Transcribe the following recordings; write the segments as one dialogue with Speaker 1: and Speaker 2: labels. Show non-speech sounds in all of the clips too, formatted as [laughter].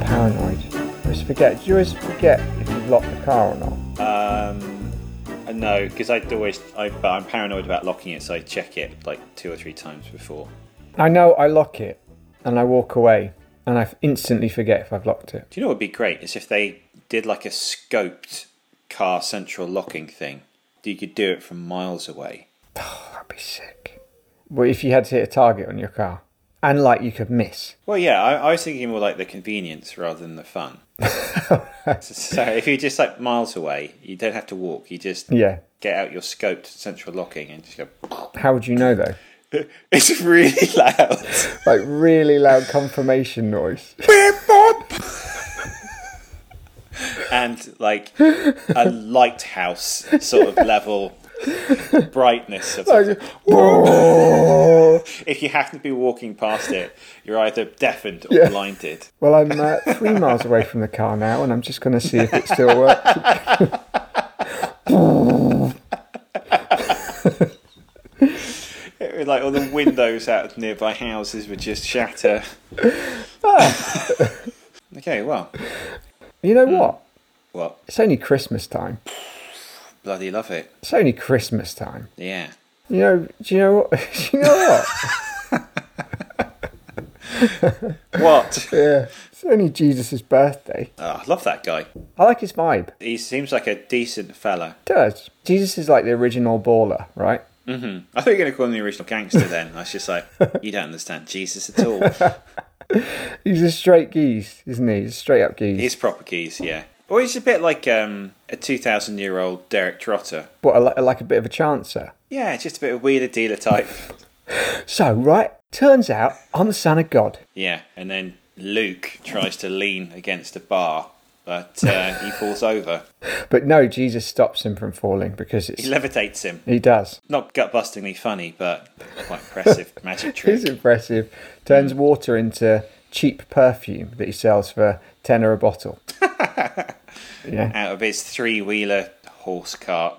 Speaker 1: paranoid. Always forget. Do you always forget if you've locked the car or not?
Speaker 2: Um, uh, no, because I always, I, but I'm paranoid about locking it, so I check it like two or three times before.
Speaker 1: I know I lock it, and I walk away, and I instantly forget if I've locked it.
Speaker 2: Do you know what would be great? Is if they did like a scoped car central locking thing. You could do it from miles away.
Speaker 1: That'd be sick. Well, if you had to hit a target on your car, and like you could miss.
Speaker 2: Well, yeah, I, I was thinking more like the convenience rather than the fun. [laughs] so if you're just like miles away, you don't have to walk. You just
Speaker 1: Yeah.
Speaker 2: get out your scoped central locking and just go. [laughs]
Speaker 1: How would you know though?
Speaker 2: It's really loud.
Speaker 1: Like really loud confirmation noise.
Speaker 2: and like a lighthouse sort of level brightness. Of
Speaker 1: well,
Speaker 2: if you happen to be walking past it, you're either deafened or blinded.
Speaker 1: I'm uh, three miles away from the car now, and I'm just gonna see if it still works.
Speaker 2: It was like all the windows out of nearby houses would just shatter. [laughs] okay, well,
Speaker 1: You know what?
Speaker 2: well,
Speaker 1: It's only Christmas time.
Speaker 2: bloody love it.
Speaker 1: It's only Christmas time.
Speaker 2: Yeah.
Speaker 1: You know? Do you know what? [laughs] do you know what?
Speaker 2: What?
Speaker 1: Yeah. It's only Jesus' birthday.
Speaker 2: Oh, I love that guy.
Speaker 1: I like his vibe.
Speaker 2: He seems like a decent fella.
Speaker 1: It does. Jesus is like the original baller, right?
Speaker 2: I thought you were going to call him the original gangster then. I was just like, you don't understand Jesus at all.
Speaker 1: He's a straight geese, isn't he? He's a straight up geese.
Speaker 2: He's proper keys, yeah. Or he's a bit like um, a 2,000 year old Derek Trotter.
Speaker 1: What, I like, I like a bit of a chancer.
Speaker 2: Yeah, just a bit of wheeler dealer type.
Speaker 1: So, right, turns out I'm the son of God.
Speaker 2: yeah, and then Luke tries to lean against a bar, but uh, he falls over.
Speaker 1: But no, Jesus stops him from falling because
Speaker 2: He
Speaker 1: it's.
Speaker 2: levitates him.
Speaker 1: He does. [laughs]
Speaker 2: Not gut bustingly funny, but quite impressive magic
Speaker 1: It's
Speaker 2: trick.
Speaker 1: impressive. Turns water into cheap perfume that he sells for tenner a [laughs] bottle. yeah.
Speaker 2: Out of his three wheeler horse cart.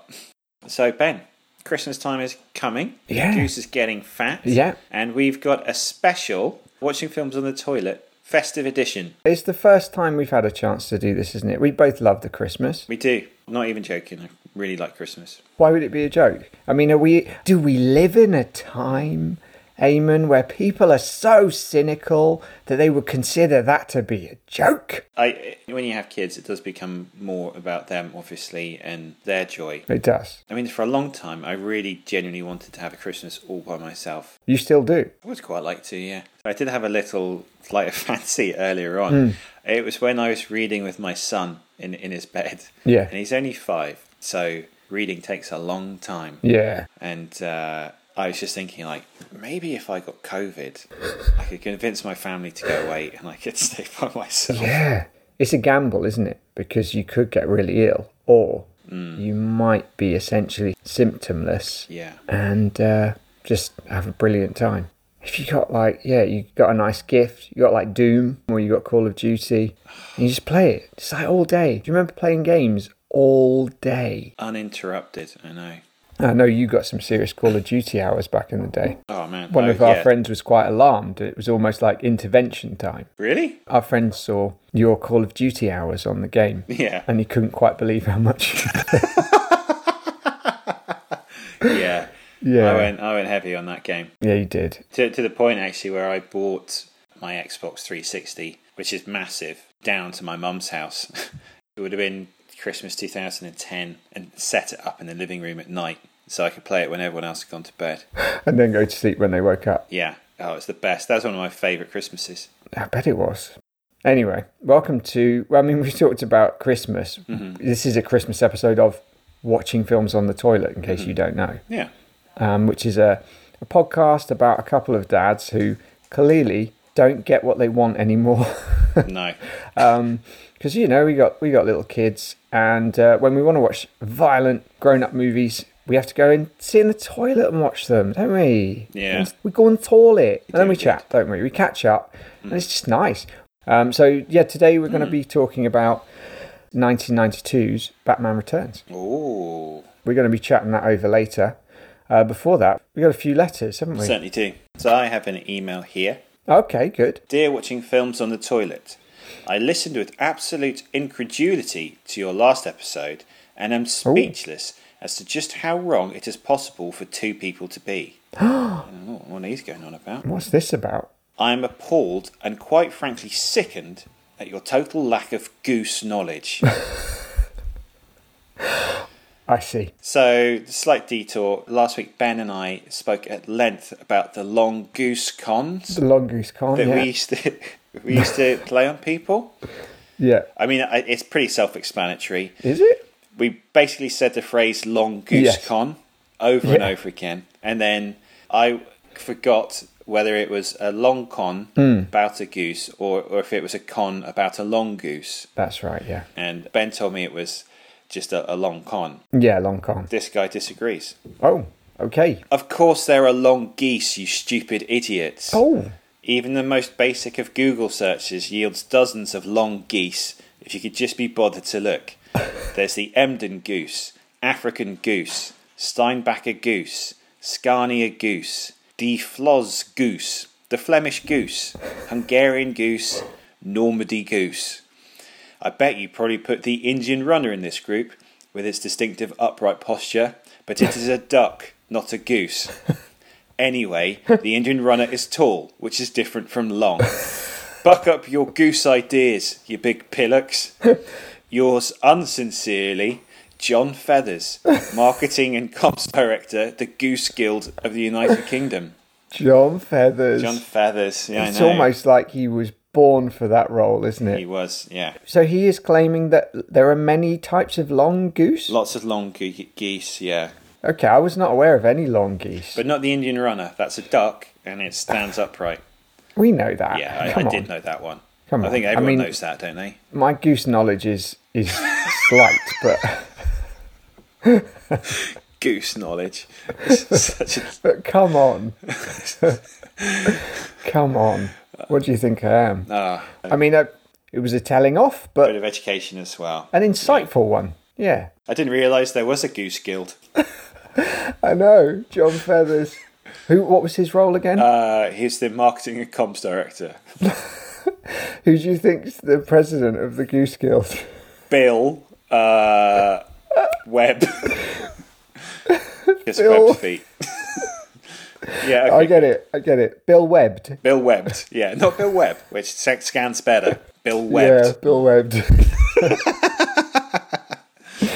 Speaker 2: So, Ben, Christmas time is coming.
Speaker 1: Yeah.
Speaker 2: Goose is getting fat.
Speaker 1: Yeah.
Speaker 2: And we've got a special watching films on the toilet festive edition.
Speaker 1: It's the first time we've had a chance to do this, isn't it? We both love the Christmas.
Speaker 2: We do. Not even joking. I really like Christmas.
Speaker 1: Why would it be a joke? I mean, are we do we live in a time, Eamon, where people are so cynical that they would consider that to be a joke?
Speaker 2: I when you have kids, it does become more about them, obviously, and their joy.
Speaker 1: It does.
Speaker 2: I mean, for a long time, I really genuinely wanted to have a Christmas all by myself.
Speaker 1: You still do.
Speaker 2: I would quite like to, yeah. I did have a little flight of [laughs] fancy earlier on. It was when I was reading with my son in in his bed.
Speaker 1: Yeah.
Speaker 2: and he's only five, so reading takes a long time.
Speaker 1: Yeah.
Speaker 2: And uh, I was just thinking, like, maybe if I got COVID, I could convince my family to go away and I could [laughs] stay by myself.
Speaker 1: Yeah. It's a gamble, isn't it? Because you could get really ill or you might be essentially symptomless
Speaker 2: Yeah.
Speaker 1: and uh, just have a brilliant time. If you got like, yeah, you got a nice gift, you got like Doom or you got Call of Duty, and you just play it. It's like all day. Do you remember playing games all day?
Speaker 2: Uninterrupted, I know.
Speaker 1: I know you got some serious Call of Duty hours back in the day.
Speaker 2: Oh, man.
Speaker 1: One
Speaker 2: Oh,
Speaker 1: of our
Speaker 2: yeah.
Speaker 1: friends was quite alarmed. It was almost like intervention time.
Speaker 2: Really? [laughs]
Speaker 1: Our friend saw your Call of Duty hours on the game.
Speaker 2: Yeah.
Speaker 1: And he couldn't quite believe how much. [laughs]
Speaker 2: Yeah.
Speaker 1: [laughs] Yeah.
Speaker 2: I went, I went heavy on that game.
Speaker 1: yeah, you did.
Speaker 2: To, to the point, actually, where I bought my Xbox 360, which is massive, down to my mum's house. [laughs] it would have been Christmas 2010 and set it up in the living room at night so I could play it when everyone else had gone to bed.
Speaker 1: And then go to sleep when they woke up.
Speaker 2: Yeah. Oh, it's the best. That was one of my favourite Christmases.
Speaker 1: I bet it was. Anyway, welcome to. Well, I mean, we talked about Christmas. This is a Christmas episode of Watching Films on the Toilet, in case you don't know,
Speaker 2: Yeah.
Speaker 1: um, which is a, a podcast about a couple of dads who clearly don't get what they want anymore. [laughs]
Speaker 2: No.
Speaker 1: because you know we got we got little kids, and uh, when we want to watch violent grown-up movies, we have to go and sit in the toilet and watch them, don't we?
Speaker 2: Yeah.
Speaker 1: we go on toilet, and then we
Speaker 2: do,
Speaker 1: chat, don't we? We catch up, and it's just nice. Um, so yeah, today we're going
Speaker 2: Mm.
Speaker 1: to be talking about 1992's Batman Returns.
Speaker 2: Ooh.
Speaker 1: We're going to be chatting that over later. Uh, before that, we got a few letters, haven't we?
Speaker 2: Certainly do. So I have an email here.
Speaker 1: Okay, good.
Speaker 2: Dear watching films on the toilet, I listened with absolute incredulity to your last episode and am speechless as to just how wrong it is possible for two people to be. oh, what are these going on about?
Speaker 1: What's this about?
Speaker 2: I am appalled and quite frankly sickened at your total lack of goose knowledge.
Speaker 1: I see.
Speaker 2: so, slight detour. Last week, Ben and I spoke at length about the long goose cons
Speaker 1: The long goose con.
Speaker 2: that
Speaker 1: Yeah.
Speaker 2: we used to [laughs] we used to play on people.
Speaker 1: yeah.
Speaker 2: I mean, I- it's pretty self-explanatory.
Speaker 1: Is it?
Speaker 2: We basically said the phrase "long goose
Speaker 1: Yes.
Speaker 2: con" over and
Speaker 1: Yeah.
Speaker 2: over again, and then I forgot whether it was a long con
Speaker 1: Hmm.
Speaker 2: about a goose or, or if it was a con about a long goose.
Speaker 1: That's right. Yeah.
Speaker 2: And Ben told me it was just a, a long con.
Speaker 1: Yeah, long con.
Speaker 2: This guy disagrees.
Speaker 1: Oh, okay.
Speaker 2: Of course, there are long geese, you stupid idiots.
Speaker 1: Oh,
Speaker 2: Even the most basic of Google searches yields dozens of long geese if you could just be bothered to look. There's the Emden goose, African goose, Steinbacher goose, Scania goose, the Floz goose, the Flemish goose, Hungarian goose, Normandy goose. I bet you probably put the Indian runner in this group with its distinctive upright posture, but it is a duck, not a goose. Anyway, the Indian runner is tall, which is different from long. Buck up your goose ideas, you big pillocks. Yours unsincerely, John Feathers, Marketing and Comps Director, the Goose Guild of the United Kingdom.
Speaker 1: John Feathers.
Speaker 2: John Feathers, yeah,
Speaker 1: it's
Speaker 2: I know.
Speaker 1: almost like he was born for that role, isn't
Speaker 2: He
Speaker 1: it?
Speaker 2: was, yeah.
Speaker 1: So he is claiming that there are many types of long goose.
Speaker 2: Lots of long ge- geese, yeah.
Speaker 1: Okay, I was not aware of any long geese.
Speaker 2: But not the Indian runner. That's a duck, and it stands upright.
Speaker 1: we know that.
Speaker 2: Yeah, I,
Speaker 1: Come
Speaker 2: I
Speaker 1: on.
Speaker 2: did know that one.
Speaker 1: Come
Speaker 2: I think
Speaker 1: on. I
Speaker 2: everyone
Speaker 1: mean-
Speaker 2: knows that, don't they?
Speaker 1: My goose knowledge is
Speaker 2: [laughs]
Speaker 1: is slight, but
Speaker 2: Goose knowledge. [laughs] Such a
Speaker 1: but come
Speaker 2: [laughs]
Speaker 1: on, come on. What do you think I am?
Speaker 2: ah, a
Speaker 1: I mean, I, it was a telling off,
Speaker 2: bit
Speaker 1: but
Speaker 2: of education as well.
Speaker 1: an insightful one. Yeah,
Speaker 2: I didn't realise there was a goose guild.
Speaker 1: I know, John Feathers. Who? What was his role again?
Speaker 2: Uh, he's the marketing and comms director.
Speaker 1: Who do you think's the president of the Goose Guild? [laughs]
Speaker 2: Bill uh, Webb. His
Speaker 1: Bill.
Speaker 2: web feet. [laughs] yeah, okay.
Speaker 1: I get it. I get it. Bill Webbed.
Speaker 2: Bill Webbed. Yeah, not Bill Webb, which se- scans better. Bill Webbed.
Speaker 1: Yeah, Bill
Speaker 2: [laughs]
Speaker 1: Webbed.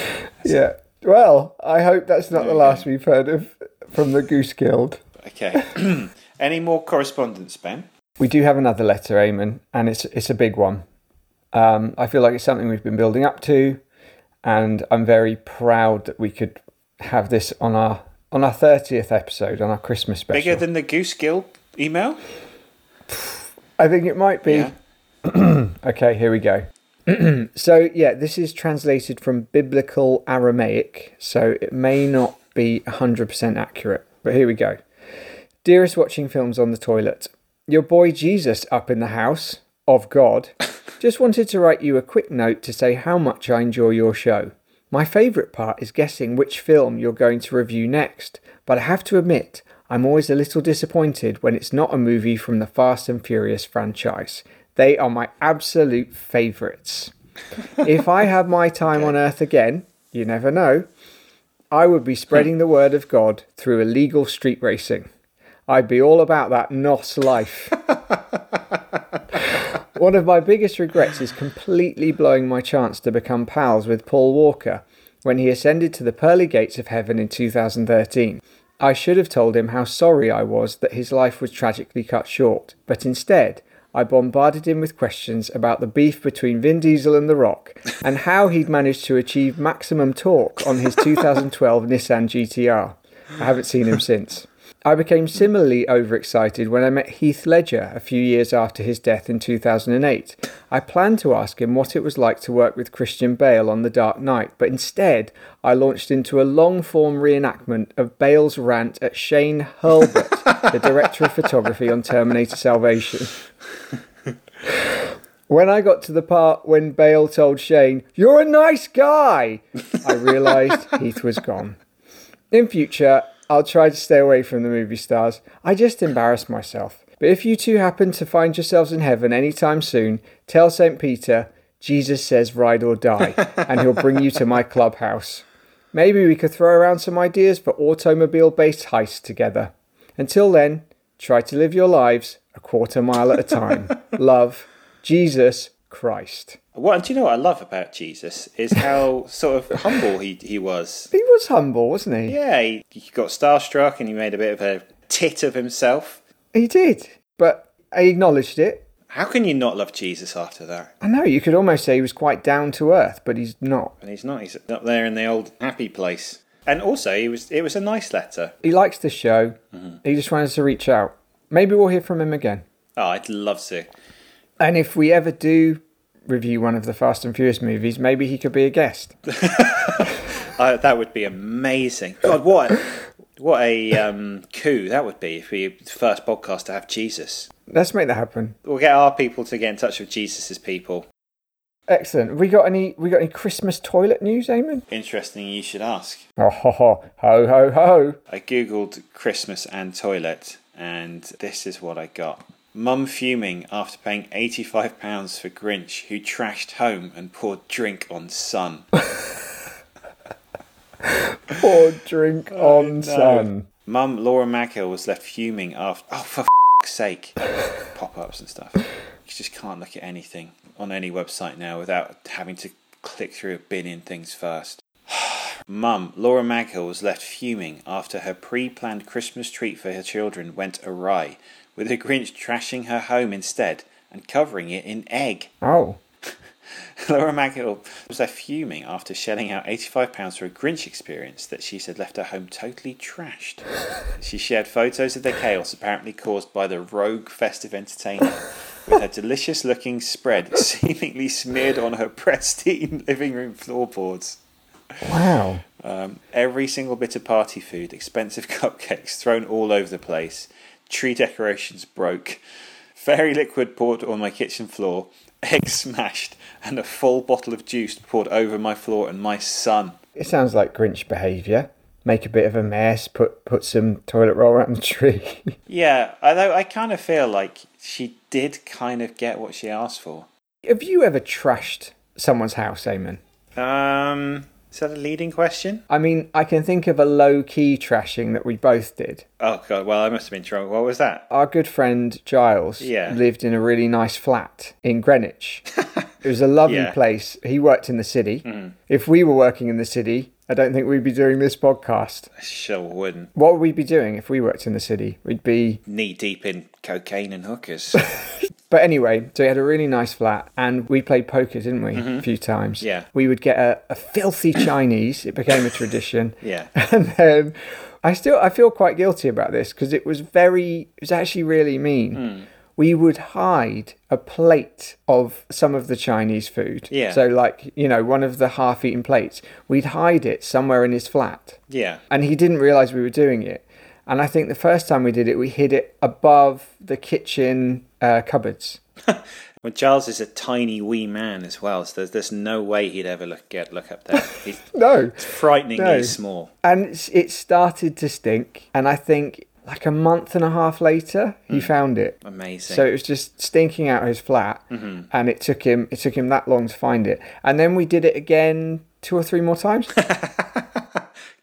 Speaker 1: [laughs] yeah. Well, I hope that's not the last we've heard of from the Goose Guild.
Speaker 2: Okay. [clears throat] Any more correspondence, Ben?
Speaker 1: We do have another letter, Eamon, and it's it's a big one. Um, I feel like it's something we've been building up to, and I'm very proud that we could have this on our on our thirtieth episode on our Christmas special.
Speaker 2: Bigger than the Goose Guild email?
Speaker 1: I think it might be.
Speaker 2: Yeah.
Speaker 1: [clears throat] Okay, here we go. so, yeah, this is translated from Biblical Aramaic, so it may not be 100% accurate, but here we go. Dearest watching films on the toilet, your boy Jesus up in the house of God just wanted to write you a quick note to say how much I enjoy your show. My favourite part is guessing which film you're going to review next, but I have to admit, I'm always a little disappointed when it's not a movie from the Fast and Furious franchise. They are my absolute favourites. if I had my time on earth again, you never know, I would be spreading the word of God through illegal street racing. I'd be all about that NOS life. One of my biggest regrets is completely blowing my chance to become pals with Paul Walker when he ascended to the pearly gates of heaven in 2013. I should have told him how sorry I was that his life was tragically cut short, but instead, I bombarded him with questions about the beef between Vin Diesel and The Rock and how he'd managed to achieve maximum torque on his 2012 Nissan GTR. I haven't seen him since. I became similarly overexcited when I met Heath Ledger a few years after his death in 2008. I planned to ask him what it was like to work with Christian Bale on The Dark Knight, but instead I launched into a long form reenactment of Bale's rant at Shane Hurlbut, the director of photography on Terminator Salvation. When I got to the part when Bale told Shane, You're a nice guy, I realised Heath was gone. In future, I'll try to stay away from the movie stars. I just embarrass myself. But if you two happen to find yourselves in heaven anytime soon, tell St. Peter, Jesus says ride or die, and he'll bring you to my clubhouse. Maybe we could throw around some ideas for automobile based heists together. Until then, try to live your lives a quarter mile at a time. Love, Jesus Christ.
Speaker 2: What do you know? What I love about Jesus is how sort of humble he he was.
Speaker 1: He was humble, wasn't he?
Speaker 2: Yeah, he, he got starstruck and he made a bit of a tit of himself.
Speaker 1: He did, but he acknowledged it.
Speaker 2: How can you not love Jesus after that?
Speaker 1: I know you could almost say he was quite down to earth, but he's not.
Speaker 2: And he's not. He's up there in the old happy place. And also, he was. It was a nice letter.
Speaker 1: He likes the show. He just wanted to reach out. Maybe we'll hear from him again.
Speaker 2: Oh, I'd love to.
Speaker 1: And if we ever do review one of the Fast and Furious movies, maybe he could be a guest.
Speaker 2: I, that would be amazing. God, what a, what a um, coup that would be if we the first podcast to have Jesus.
Speaker 1: Let's make that happen.
Speaker 2: We'll get our people to get in touch with Jesus's people.
Speaker 1: Excellent. We got any? We got any Christmas toilet news, Eamon?
Speaker 2: Interesting, you should ask.
Speaker 1: Oh ho ho ho ho ho!
Speaker 2: I googled Christmas and toilet, and this is what I got. Mum fuming after paying £85 for Grinch, who trashed home and poured drink on son.
Speaker 1: Pour drink on son.
Speaker 2: Mum Laura Maghill was left fuming after. Oh, for f's sake. Pop ups and stuff. You just can't look at anything on any website now without having to click through a billion things first. [sighs] Mum Laura Maghill was left fuming after her pre planned Christmas treat for her children went awry, with the Grinch trashing her home instead and covering it in egg.
Speaker 1: Oh,
Speaker 2: [laughs] Laura Maghill was left fuming after shelling out £85 for a Grinch experience that she said left her home totally trashed. She shared photos of the chaos apparently caused by the rogue festive entertainer, with her delicious looking spread [laughs] seemingly smeared on her pristine living room floorboards.
Speaker 1: wow!
Speaker 2: Um, every single bit of party food, expensive [laughs] cupcakes thrown all over the place, tree decorations broke, fairy liquid poured on my kitchen floor, [laughs] eggs smashed, and a full bottle of juice poured over my floor and my son.
Speaker 1: It sounds like Grinch behaviour. Make a bit of a mess. Put put some toilet roll around the tree. [laughs]
Speaker 2: Yeah, although I kind of feel like she did kind of get what she asked for.
Speaker 1: Have you ever trashed someone's house, Eamon?
Speaker 2: Um, is that a leading question?
Speaker 1: I mean, I can think of a low key trashing that we both did.
Speaker 2: Oh god, well I must have been drunk. What was that?
Speaker 1: Our good friend Giles
Speaker 2: Yeah.
Speaker 1: lived in a really nice flat in
Speaker 2: [laughs]
Speaker 1: Greenwich. it was a lovely
Speaker 2: Yeah. Mm.
Speaker 1: place. He worked in the city. If we were working in the city, I don't think we'd be doing this podcast.
Speaker 2: I sure wouldn't.
Speaker 1: What would we be doing if we worked in the city? We'd be.
Speaker 2: Knee deep in cocaine and hookers. [laughs]
Speaker 1: But anyway, so he had a really nice flat and we played poker, didn't we? A few times.
Speaker 2: Mm-hmm. Yeah.
Speaker 1: We would get a, a filthy Chinese. It became a tradition.
Speaker 2: [laughs] Yeah.
Speaker 1: [laughs] and then I still I feel quite guilty about this because it was very it was actually really mean. We would hide a plate of some of the Chinese food.
Speaker 2: Yeah.
Speaker 1: So like you know one of the half-eaten plates, we'd hide it somewhere in his flat,
Speaker 2: yeah.
Speaker 1: and he didn't realize we were doing it. And I think the first time we did it, we hid it above the kitchen uh, cupboards.
Speaker 2: Well, Giles is a tiny wee man as well, so there's, there's no way he'd ever look get look up there. He's
Speaker 1: No.
Speaker 2: frighteningly
Speaker 1: No.
Speaker 2: small.
Speaker 1: and it's- it started to stink. And I think like a month and a half later, he found it.
Speaker 2: Amazing.
Speaker 1: So it was just stinking out his flat,
Speaker 2: Mm-hmm.
Speaker 1: and it took him it took him that long to find it. And then we did it again two or three more
Speaker 2: [laughs]
Speaker 1: times.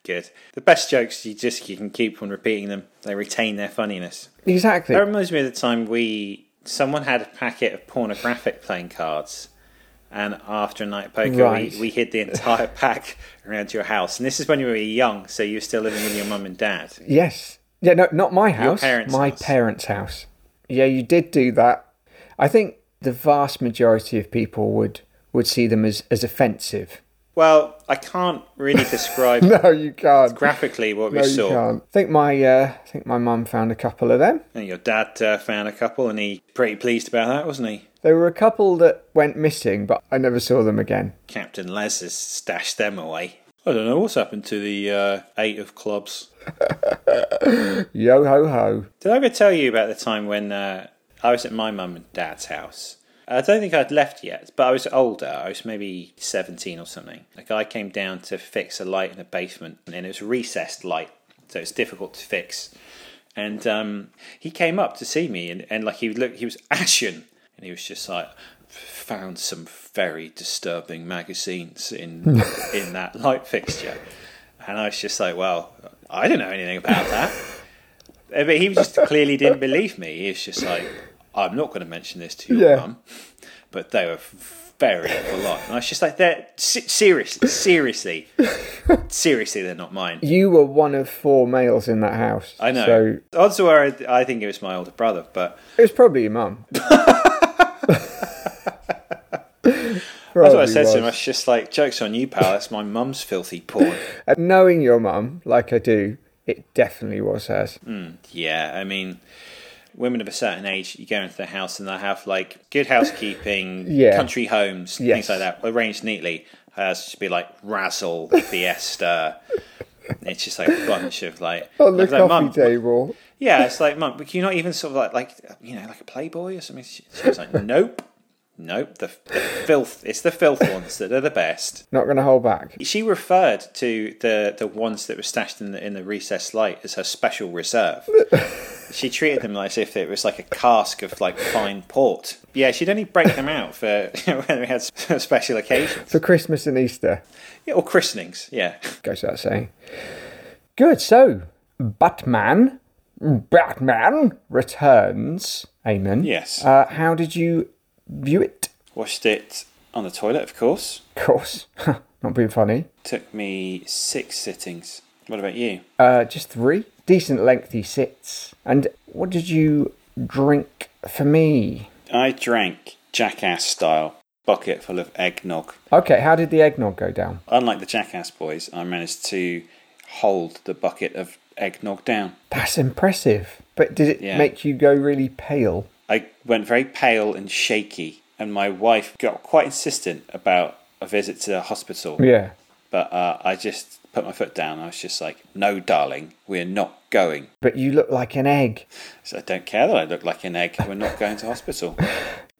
Speaker 2: Good. The best jokes you just you can keep on repeating them. They retain their funniness.
Speaker 1: exactly.
Speaker 2: That reminds me of the time we someone had a packet of pornographic playing cards, and after a night of poker,
Speaker 1: Right.
Speaker 2: we, we hid the entire [laughs] pack around your house. And this is when you were young, so you were still living with your mum and dad.
Speaker 1: yes. Yeah. No. Not my house.
Speaker 2: parents'
Speaker 1: my
Speaker 2: house.
Speaker 1: parents' house. Yeah, you did do that. I think the vast majority of people would would see them as as offensive. [laughs]
Speaker 2: Well, I can't really describe
Speaker 1: No, you can't.
Speaker 2: graphically what
Speaker 1: No,
Speaker 2: we
Speaker 1: you
Speaker 2: saw.
Speaker 1: can't. I think my uh, I think my mum found a couple of them.
Speaker 2: And your dad uh, found a couple, and he pretty pleased about that, wasn't he?
Speaker 1: There were a couple that went missing, but I never saw them again.
Speaker 2: Captain Les has stashed them away. I don't know what's happened to the uh, eight of clubs.
Speaker 1: Yo ho ho.
Speaker 2: Did I ever tell you about the time when uh, I was at my mum and dad's house? I don't think I'd left yet, but I was older. I was maybe 17 or something. A guy came down to fix a light in the basement, and it was a recessed light, so it's difficult to fix. And um, he came up to see me, and, and like he looked, he was ashen, and he was just like, found some very disturbing magazines in in that light fixture, and I was just like, well, I don't know anything about that. Uh, But he just clearly didn't believe me. He was just like, I'm not going to mention this to your
Speaker 1: Yeah.
Speaker 2: mum. But they were very polite. And I was just like, they're se- seriously, seriously, seriously, they're not mine.
Speaker 1: You were one of four males in that house.
Speaker 2: I know.
Speaker 1: So
Speaker 2: Odds were, I th- I think it was my older brother, but
Speaker 1: it was probably your
Speaker 2: [laughs]
Speaker 1: mum.
Speaker 2: that's what I said to him. I was just like, "Jokes on you, pal. That's my mum's filthy porn."
Speaker 1: Knowing your mum, like I do, it definitely was hers.
Speaker 2: Mm. yeah, I mean, women of a certain age, you go into the house and they have like good housekeeping,
Speaker 1: [laughs] Yeah.
Speaker 2: country homes, things
Speaker 1: Yes.
Speaker 2: like that, arranged neatly. Hers just be like
Speaker 1: [laughs]
Speaker 2: Razzle Fiesta. it's just like a bunch of like
Speaker 1: On the
Speaker 2: like,
Speaker 1: coffee
Speaker 2: "Mum,
Speaker 1: table.
Speaker 2: Yeah, it's like, mum, but can you not even sort of like, like you know, like a Playboy or something? She, she was like, nope, nope. The, the filth, it's the filth ones that are the best.
Speaker 1: Not going to hold back.
Speaker 2: She referred to the the ones that were stashed in the in the recessed light as her special reserve. she treated them as if it was like a cask of like fine port. Yeah, she'd only break them out for [laughs] when we had s- [laughs] special occasions
Speaker 1: For Christmas and Easter,
Speaker 2: yeah, or christenings. Yeah,
Speaker 1: goes without saying. Good. So, Batman, Batman returns. Amen.
Speaker 2: Yes.
Speaker 1: Uh, how did you view it?
Speaker 2: [laughs] washed it on the toilet, of course.
Speaker 1: Of course, [laughs] not being funny.
Speaker 2: Took me six sittings. What about you?
Speaker 1: Uh, just three decent lengthy sits. And what did you drink for me?
Speaker 2: I drank Jackass style bucket full of eggnog.
Speaker 1: Okay, how did the eggnog go down?
Speaker 2: Unlike the Jackass boys, I managed to hold the bucket of eggnog down.
Speaker 1: That's impressive. But did it
Speaker 2: Yeah.
Speaker 1: make you go really pale?
Speaker 2: I went very pale and shaky, and my wife got quite insistent about a visit to the hospital.
Speaker 1: Yeah.
Speaker 2: But uh, I just put my foot down. I was just like, "No, darling, we're not going."
Speaker 1: But you look like an egg.
Speaker 2: So I don't care that I look like an egg. We're not going to hospital.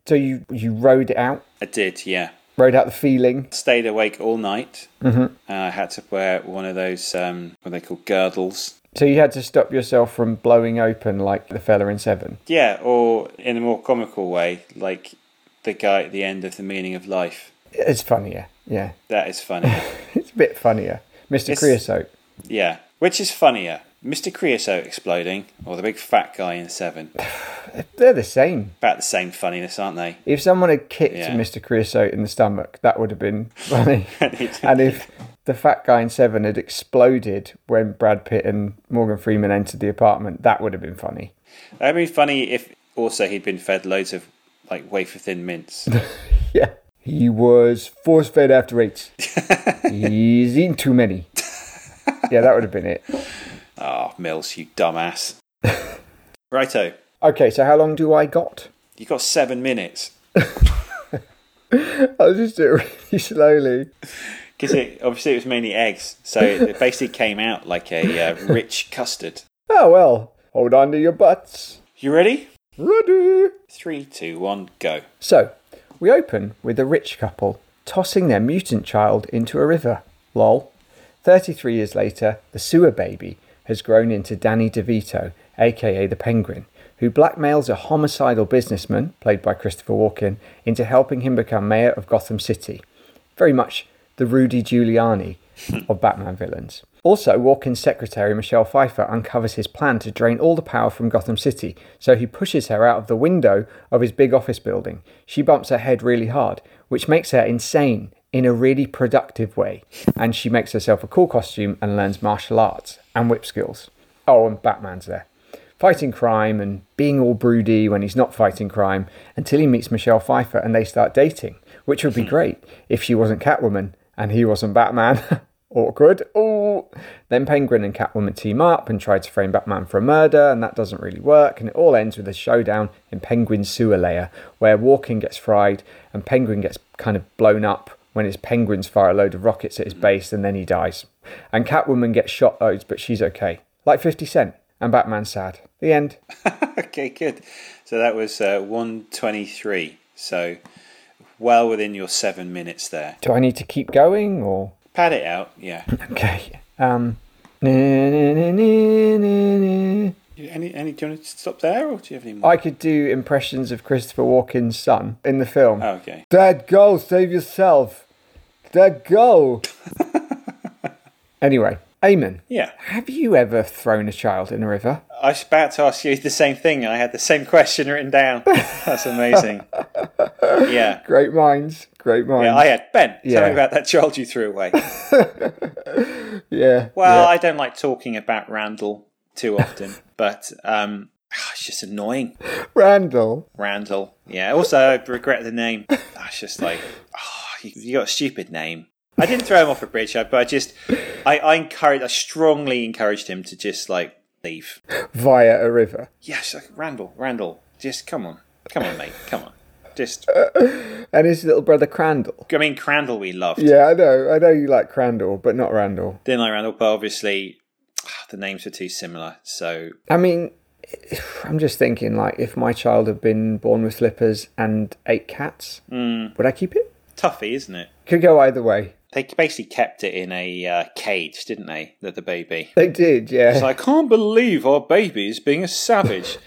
Speaker 1: So you you rode it out,
Speaker 2: I did, yeah.
Speaker 1: rode out the feeling.
Speaker 2: Stayed awake all night. Mm-hmm. I had to wear one of those um, what are they call girdles.
Speaker 1: So you had to stop yourself from blowing open like the fella in Seven.
Speaker 2: Yeah, or in a more comical way, like the guy at the end of The Meaning of Life.
Speaker 1: It's funnier. Yeah, [laughs]
Speaker 2: That is funny.
Speaker 1: it's a bit funnier. Mr.
Speaker 2: It's-
Speaker 1: Creosote.
Speaker 2: yeah. Which is funnier, Mr. Creosote exploding or the big fat guy in Seven?
Speaker 1: They're the same.
Speaker 2: About the same funniness, aren't they? [laughs]
Speaker 1: If someone had kicked
Speaker 2: Yeah.
Speaker 1: Mr. Creosote in the stomach, that would have been [laughs] funny. and if the fat guy in Seven had exploded when Brad Pitt and Morgan Freeman entered the apartment, that would have been funny.
Speaker 2: That'd be funny if also he'd been fed loads of like wafer thin mints.
Speaker 1: Yeah. He was force fed after eight. He's eaten too many. Yeah, that would have been it.
Speaker 2: Ah, Mills, you dumbass. Righto,
Speaker 1: Okay, so how long do I got? [laughs]
Speaker 2: you got seven minutes.
Speaker 1: I'll just do it really slowly.
Speaker 2: Because it obviously it was mainly eggs, so it basically came out like a uh, rich custard.
Speaker 1: Oh well, hold on to your butts.
Speaker 2: You ready?
Speaker 1: Ready?
Speaker 2: Three, two, one, go.
Speaker 1: So, we open with a rich couple tossing their mutant child into a river. Lol. 33 years later, the sewer baby has grown into Danny DeVito, aka the Penguin, who blackmails a homicidal businessman, played by Christopher Walken, into helping him become mayor of Gotham City. Very much the Rudy Giuliani of Batman villains. Also, Walken's secretary, Michelle Pfeiffer, uncovers his plan to drain all the power from Gotham City, so he pushes her out of the window of his big office building. She bumps her head really hard, which makes her insane in a really productive way, and she makes herself a cool costume and learns martial arts and whip skills. Oh, and Batman's there fighting crime and being all broody when he's not fighting crime until he meets Michelle Pfeiffer and they start dating, which would be great if she wasn't Catwoman and he wasn't Batman. [laughs] Awkward. Oh, then Penguin and Catwoman team up and try to frame Batman for a murder, and that doesn't really work. And it all ends with a showdown in Penguin's sewer layer, where Walking gets fried and Penguin gets kind of blown up when his penguins fire a load of rockets at his base, and then he dies. And Catwoman gets shot loads, but she's okay, like Fifty Cent. And Batman's sad. The end.
Speaker 2: okay, good. So that was uh, 123. So well within your seven minutes there.
Speaker 1: Do I need to keep going or?
Speaker 2: Pad it out, yeah.
Speaker 1: Okay. Um. na, na, na, na, na, na.
Speaker 2: [laughs] Any, any, do you want to stop there or do you have any more?
Speaker 1: I could do impressions of Christopher Walken's son in the film.
Speaker 2: Oh, okay.
Speaker 1: Dad, go save yourself. Dad,
Speaker 2: [laughs]
Speaker 1: go. anyway, Eamon,
Speaker 2: Yeah.
Speaker 1: have you ever thrown a child in a river?
Speaker 2: I was about to ask you the same thing. I had the same question written down. That's [laughs] amazing. yeah.
Speaker 1: Great minds, great minds.
Speaker 2: Yeah, I had. Ben, tell
Speaker 1: Yeah.
Speaker 2: me about that child you threw away.
Speaker 1: yeah.
Speaker 2: Well,
Speaker 1: yeah.
Speaker 2: I don't like talking about Randall too often, but um, [sighs] it's just annoying.
Speaker 1: Randall.
Speaker 2: Randall. Yeah. Also, I regret the name. I was just like, oh, you, you got a stupid name. I didn't throw him off a bridge, I- but I just, I, I encouraged, I strongly encouraged him to just like leave.
Speaker 1: via a river.
Speaker 2: Yes, like Randall, Randall, just come on, come on, mate, come on. Just,
Speaker 1: And his little brother Crandall.
Speaker 2: I mean, Crandall we loved,
Speaker 1: Yeah, I know. I know you like Crandall, but not Randall.
Speaker 2: didn't I, Randall? But obviously, ah, the names were too similar, so
Speaker 1: I mean, I'm just thinking like if my child had been born with flippers and eight cats,
Speaker 2: Hmm.
Speaker 1: would I keep it?
Speaker 2: toughy, isn't it?
Speaker 1: Could go either way.
Speaker 2: They basically kept it in a uh, cage, didn't they? The, the baby.
Speaker 1: They did, yeah.
Speaker 2: It's like, I can't believe our baby is being a savage.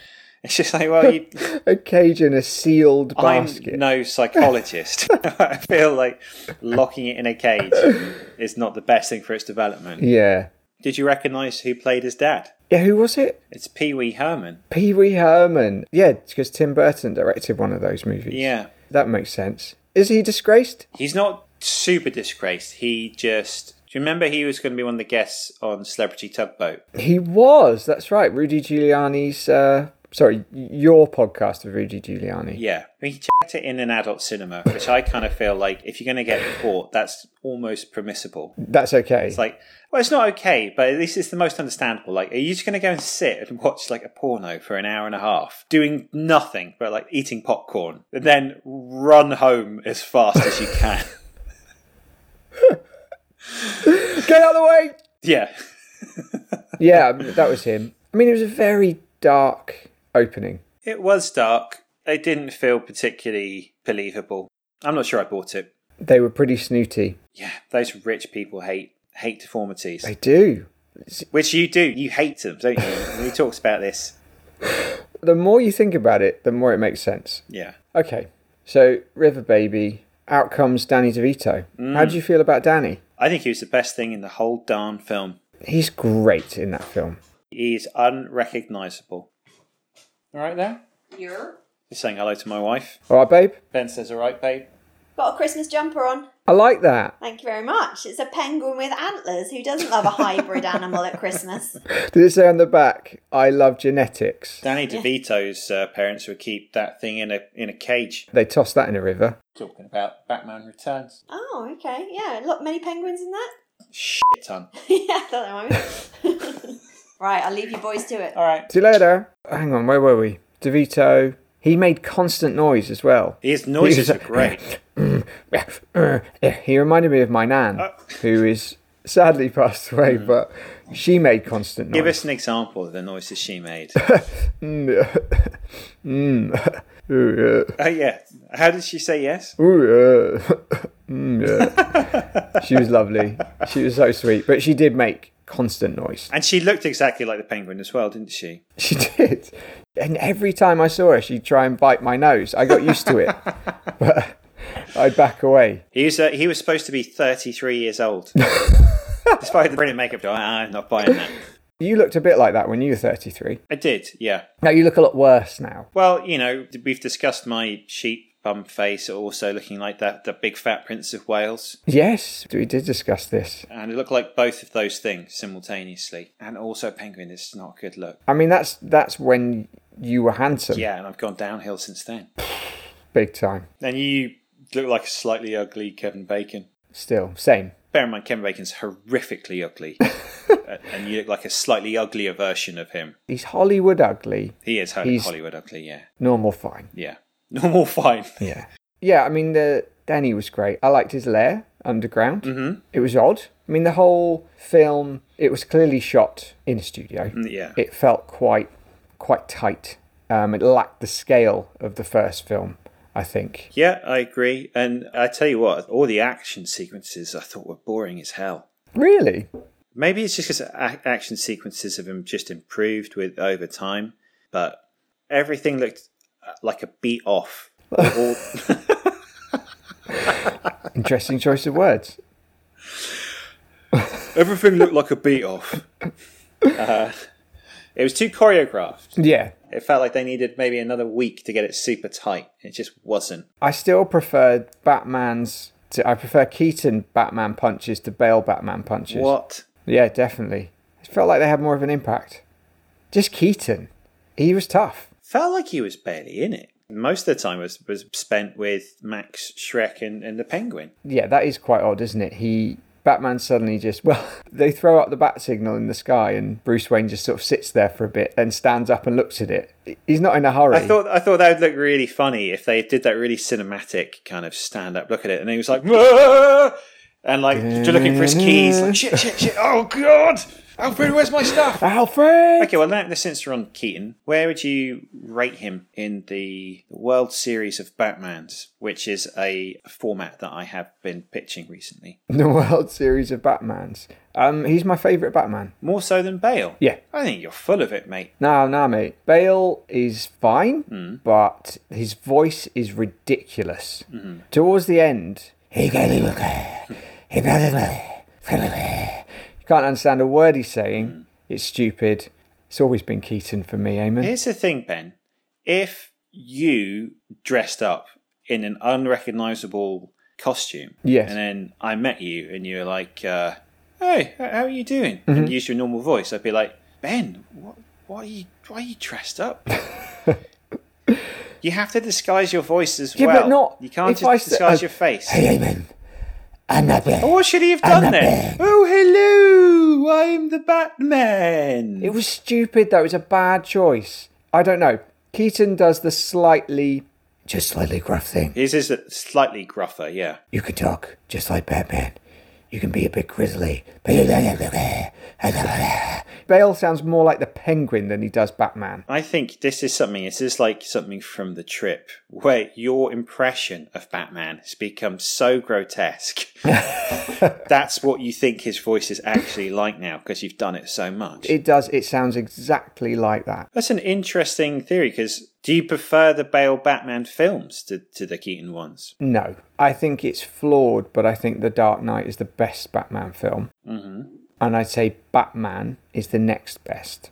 Speaker 2: It's just like, well, you,
Speaker 1: a cage in a sealed basket.
Speaker 2: I'm no psychologist. [laughs] I feel like locking it in a cage is not the best thing for its development.
Speaker 1: Yeah.
Speaker 2: Did you recognise who played his dad?
Speaker 1: Yeah, who was it?
Speaker 2: It's Pee Wee Herman.
Speaker 1: Pee Wee Herman. Yeah, because Tim Burton directed one of those movies.
Speaker 2: Yeah.
Speaker 1: That makes sense. Is he disgraced?
Speaker 2: He's not super disgraced. He just. Do you remember he was going to be one of the guests on Celebrity Tugboat?
Speaker 1: He was. That's right. Rudy Giuliani's. Uh, sorry, your podcast with Rudy Giuliani.
Speaker 2: Yeah. I mean, he checked it in an adult cinema, which I kind of feel like if you're going to get caught, that's almost permissible.
Speaker 1: That's okay.
Speaker 2: It's like, well, it's not okay, but at least it's the most understandable. Like, are you just going to go and sit and watch like a porno for an hour and a half, doing nothing but like eating popcorn, and then run home as fast as you
Speaker 1: [laughs]
Speaker 2: can? [laughs]
Speaker 1: Get out of the way.
Speaker 2: yeah,
Speaker 1: yeah, I mean, that was him. I mean, it was a very dark opening.
Speaker 2: it was dark. It didn't feel particularly believable. I'm not sure I bought it.
Speaker 1: They were pretty snooty.
Speaker 2: Yeah, those rich people hate hate deformities,
Speaker 1: They do.
Speaker 2: which you do. You hate them, don't you? And he talks about this.
Speaker 1: The more you think about it, the more it makes sense.
Speaker 2: Yeah.
Speaker 1: Okay, so River Baby. Out comes Danny DeVito. How do you feel about Danny?
Speaker 2: I think he was the best thing in the whole darn film.
Speaker 1: He's great in that film.
Speaker 2: He's unrecognisable. All right there?
Speaker 3: You're
Speaker 2: Just saying hello to my wife.
Speaker 1: All right, babe.
Speaker 2: Ben says, all right, babe.
Speaker 3: got a Christmas jumper on.
Speaker 1: I like that. [laughs]
Speaker 3: Thank you very much. It's a penguin with antlers. Who doesn't love a hybrid animal at Christmas?
Speaker 1: Did it say on the back? I love genetics.
Speaker 2: Danny DeVito's uh, parents would keep that thing in a in a cage.
Speaker 1: They tossed that in a river.
Speaker 2: Talking about Batman Returns.
Speaker 3: Oh, okay. Yeah, look, many penguins in that. [laughs]
Speaker 2: Shit ton.
Speaker 3: yeah, I thought that might be. [laughs] right, I'll leave you boys to it.
Speaker 2: All right.
Speaker 1: See you later. Hang on, where were we? DeVito. He made constant noise as well.
Speaker 2: His noises are great.
Speaker 1: [laughs] he reminded me of my nan,
Speaker 2: Uh.
Speaker 1: who is sadly passed away, but she made constant
Speaker 2: Mm. Give
Speaker 1: noise.
Speaker 2: us an example of the noises she made.
Speaker 1: Mm. Ooh, yeah.
Speaker 2: Oh, yeah. How did she say yes?
Speaker 1: Ooh, yeah. [laughs] Mm,
Speaker 2: [laughs]
Speaker 1: yeah. she was lovely. She was so sweet, but she did make constant noise. [laughs]
Speaker 2: And she looked exactly like the penguin as well, didn't she?
Speaker 1: She did. And every time I saw her, she'd try and bite my nose. I got used to it, [laughs] but I'd back away.
Speaker 2: He was, uh, he was supposed to be 33 years old. Despite the brilliant makeup job, I- I'm not buying that.
Speaker 1: You looked a bit like that when you were 33.
Speaker 2: I did, yeah.
Speaker 1: Now you look a lot worse now.
Speaker 2: Well, you know, we've discussed my sheep bum face also looking like that, the big fat Prince of Wales.
Speaker 1: Yes, we did discuss this.
Speaker 2: And it looked like both of those things simultaneously. And also penguin, it's not a good look.
Speaker 1: I mean, that's that's when you were handsome,
Speaker 2: Yeah, and I've gone downhill since then.
Speaker 1: big time.
Speaker 2: And you look like a slightly ugly Kevin Bacon.
Speaker 1: Still, same.
Speaker 2: Bear in mind, Kevin Bacon's horrifically ugly, A- and you look like a slightly uglier version of him.
Speaker 1: He's Hollywood ugly.
Speaker 2: He is ho-
Speaker 1: He's-
Speaker 2: Hollywood ugly, yeah,
Speaker 1: Normal, fine.
Speaker 2: yeah. [laughs] Normal, fine. [laughs]
Speaker 1: Yeah. Yeah, I mean, the Danny was great. I liked his lair underground. Mm-hmm. It was odd. I mean, the whole film, it was clearly shot in a studio.
Speaker 2: Yeah,
Speaker 1: It felt quite, quite tight. Um, it lacked the scale of the first film, I think.
Speaker 2: yeah, I agree. And I tell you what, all the action sequences I thought were boring as hell.
Speaker 1: Really?
Speaker 2: Maybe it's just because action sequences have im- just improved with over time, but everything looked uh, like a beat off. All-
Speaker 1: Interesting choice of words.
Speaker 2: everything looked like a beat off. Uh, it was too choreographed.
Speaker 1: Yeah.
Speaker 2: It felt like they needed maybe another week to get it super tight. It just wasn't.
Speaker 1: I still prefer Batman's. To, I prefer Keaton Batman punches to Bale Batman punches.
Speaker 2: What?
Speaker 1: Yeah, definitely. It felt like they had more of an impact. Just Keaton. He was tough.
Speaker 2: Felt like he was barely in it. Most of the time was, was spent with Max, Shrek, and, and the Penguin.
Speaker 1: Yeah, that is quite odd, isn't it? He Batman suddenly just [laughs] well, they throw up the bat signal in the sky and Bruce Wayne just sort of sits there for a bit, then stands up and looks at it. He's not in a hurry.
Speaker 2: I thought I thought that would look really funny if they did that really cinematic kind of stand up look at it, and he was like, "Whoa!" and like just looking for his keys, like shit, shit, shit. Oh god, Alfred, where's my stuff?
Speaker 1: Alfred.
Speaker 2: Okay, well now since we're on Keaton, where would you rate him in the World Series of Batman's, which is a format that I have been pitching recently,
Speaker 1: The World Series of Batmans. Um, he's my favourite Batman.
Speaker 2: more so than Bale?
Speaker 1: Yeah.
Speaker 2: I think you're full of it, mate.
Speaker 1: No, no, mate. Bale is fine, but his voice is ridiculous. Towards the end, he goes, "He goes- you can't understand a word he's saying. It's stupid. It's always been Keaton for me, Eamon.
Speaker 2: Here's the thing, Ben. If you dressed up in an unrecognizable costume,
Speaker 1: Yes.
Speaker 2: and then I met you and you were like, uh, "Hey, h- how are you doing?"
Speaker 1: Mm-hmm.
Speaker 2: and use your normal voice, I'd be like, "Ben, what, why are you why are you
Speaker 1: [laughs]
Speaker 2: dressed up?" you have to disguise your voice as
Speaker 1: Yeah,
Speaker 2: well.
Speaker 1: but not-
Speaker 2: you can't
Speaker 1: if
Speaker 2: just
Speaker 1: I s-
Speaker 2: disguise
Speaker 1: I-
Speaker 2: your face.
Speaker 1: Hey, Eamon, I'm not Bale.
Speaker 2: Or Oh, What should he have done then? Oh, hello! I'm the Batman.
Speaker 1: It was stupid, though. It was a bad choice. I don't know. Keaton does the slightly, just slightly gruff thing.
Speaker 2: His is a slightly gruffer, yeah.
Speaker 1: You can talk just like Batman. You can be a bit grizzly. Bale sounds more like the penguin than he does Batman.
Speaker 2: I think this is something, this is like something from the trip, where your impression of Batman has become so grotesque. That's what you think his voice is actually like now because you've done it so much.
Speaker 1: It does, it sounds exactly like that.
Speaker 2: That's an interesting theory because do you prefer the Bale Batman films to, to the Keaton ones?
Speaker 1: No, I think it's flawed, but I think The Dark Knight is the best Batman film. Mm-hmm. And I'd say Batman is the next best.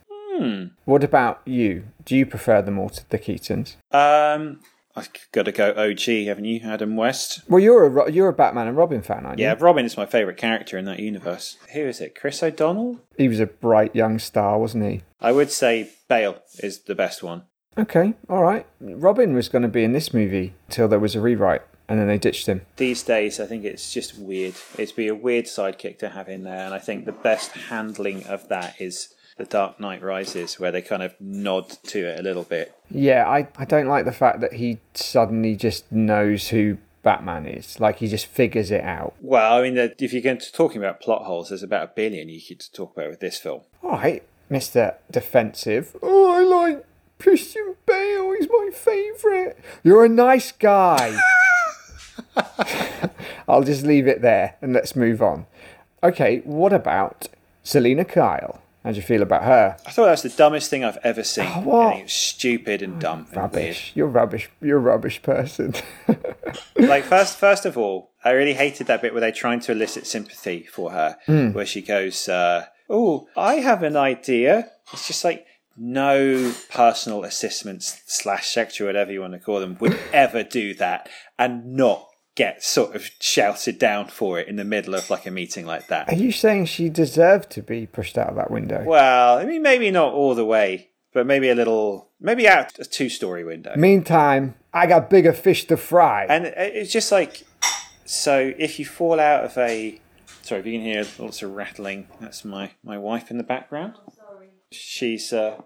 Speaker 1: What about you? Do you prefer them all to the Keatons?
Speaker 2: Um, I've got to go OG, haven't you? Adam West.
Speaker 1: Well, you're a Ro- you're a Batman and Robin fan, aren't you?
Speaker 2: Yeah, Robin is my favourite character in that universe. Who is it? Chris O'Donnell?
Speaker 1: He was a bright young star, wasn't he?
Speaker 2: I would say Bale is the best one.
Speaker 1: Okay, all right. Robin was going to be in this movie till there was a rewrite, and then they ditched him.
Speaker 2: these days i think it's just weird it'd be a weird sidekick to have in there and i think the best handling of that is the dark knight rises where they kind of nod to it a little bit
Speaker 1: Yeah, I, I don't like the fact that he suddenly just knows who Batman is. Like, he just figures it out.
Speaker 2: well i mean the- if you're going to talking about plot holes there's about a billion you could talk about with this film
Speaker 1: All right, Mr. Defensive. Oh, I like Christian Bale. He's my favourite. You're a nice [laughs] guy. I'll just leave it there and let's move on. Okay, what about Selena Kyle? How do you feel about her?
Speaker 2: i thought that was the dumbest thing i've ever seen
Speaker 1: Oh, what?
Speaker 2: I think it was stupid and dumb and weird.
Speaker 1: Rubbish. You're rubbish. You're a rubbish person. [laughs]
Speaker 2: like first first of all i really hated that bit where they're trying to elicit sympathy for her where she goes uh, oh i have an idea it's just like no personal assistants slash secretary whatever you want to call them would ever do that and not get sort of shouted down for it in the middle of like a meeting like
Speaker 1: Are
Speaker 2: that
Speaker 1: you saying she deserved to be pushed out of that window?
Speaker 2: well i mean maybe not all the way but maybe a little maybe out a two story window
Speaker 1: Meantime, I got bigger fish to fry.
Speaker 2: and it- it's just like So if you fall out of a, sorry, if you can hear lots of rattling, that's my my wife in the background. She's uh,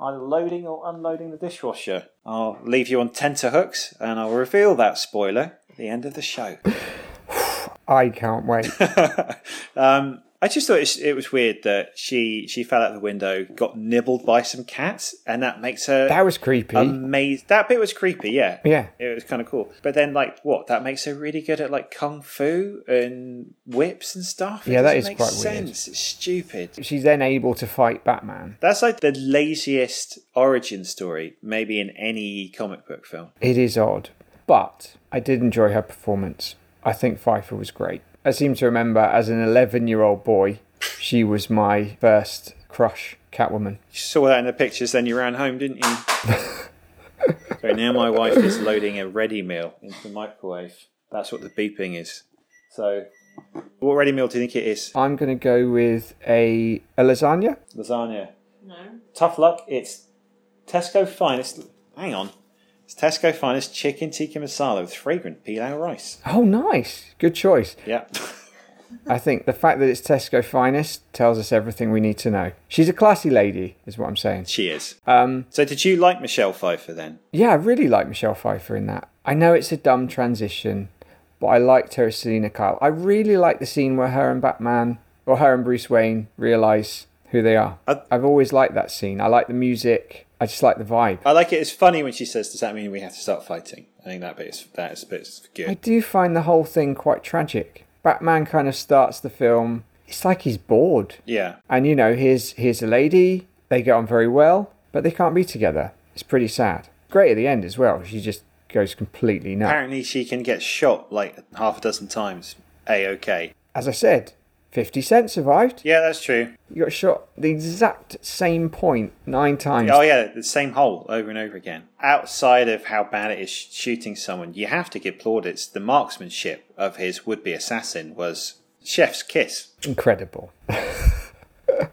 Speaker 2: either loading or unloading the dishwasher. I'll leave you on tenterhooks, and I'll reveal that spoiler at the end of the show.
Speaker 1: I can't [laughs] wait.
Speaker 2: Um, I just thought it, it was weird that she she fell out the window, got nibbled by some cats, and that makes her
Speaker 1: that was creepy.
Speaker 2: amazed. That bit was creepy, yeah.
Speaker 1: Yeah.
Speaker 2: It was kind of cool. But then, like, what? That makes her really good at, like, kung fu and whips and stuff. It
Speaker 1: Yeah, that
Speaker 2: doesn't
Speaker 1: is
Speaker 2: make
Speaker 1: quite weird.
Speaker 2: sense. It's stupid.
Speaker 1: She's then able to fight Batman.
Speaker 2: That's, like, the laziest origin story, maybe in any comic book film.
Speaker 1: It is odd, but I did enjoy her performance. I think Pfeiffer was great. I seem to remember as an 11 year old boy, she was my first crush, Catwoman.
Speaker 2: You saw that in the pictures, then you ran home, didn't you?
Speaker 1: [laughs]
Speaker 2: so now my wife is loading a ready meal into the microwave. That's what the beeping is. So, what ready meal do you think it is?
Speaker 1: I'm going to go with a, a lasagna.
Speaker 2: Lasagna.
Speaker 3: No.
Speaker 2: Tough luck. It's Tesco finest. Hang on. It's Tesco finest chicken tikka masala with fragrant pilau rice.
Speaker 1: Oh, nice. Good choice.
Speaker 2: Yeah.
Speaker 1: I think the fact that it's Tesco Finest tells us everything we need to know. She's a classy lady, is what I'm saying.
Speaker 2: [laughs] Cheers.
Speaker 1: Um,
Speaker 2: So, did you like Michelle Pfeiffer then?
Speaker 1: yeah, I really like Michelle Pfeiffer in that. I know it's a dumb transition, but I liked her as Selena Kyle. I really like the scene where her and Batman, or her and Bruce Wayne, realise who they are.
Speaker 2: I-
Speaker 1: I've always liked that scene. I like the music. I just like the vibe.
Speaker 2: I like it. It's funny when she says, "Does that mean we have to start fighting?" I think that bit is that is bit is
Speaker 1: I
Speaker 2: good.
Speaker 1: do find the whole thing quite tragic. Batman kind of starts the film. It's like he's bored.
Speaker 2: Yeah.
Speaker 1: And you know, here's here's a lady. They get on very well, but they can't be together. It's pretty sad. Great at the end as well. She just goes completely nuts.
Speaker 2: Apparently, she can get shot like half a dozen times. A okay.
Speaker 1: As I said, 50 Cent survived.
Speaker 2: Yeah, that's true.
Speaker 1: You got shot the exact same point nine times.
Speaker 2: Oh yeah, the same hole over and over again. Outside of how bad it is sh- shooting someone, you have to give plaudits. The marksmanship of his would-be assassin was chef's kiss.
Speaker 1: Incredible. [laughs] I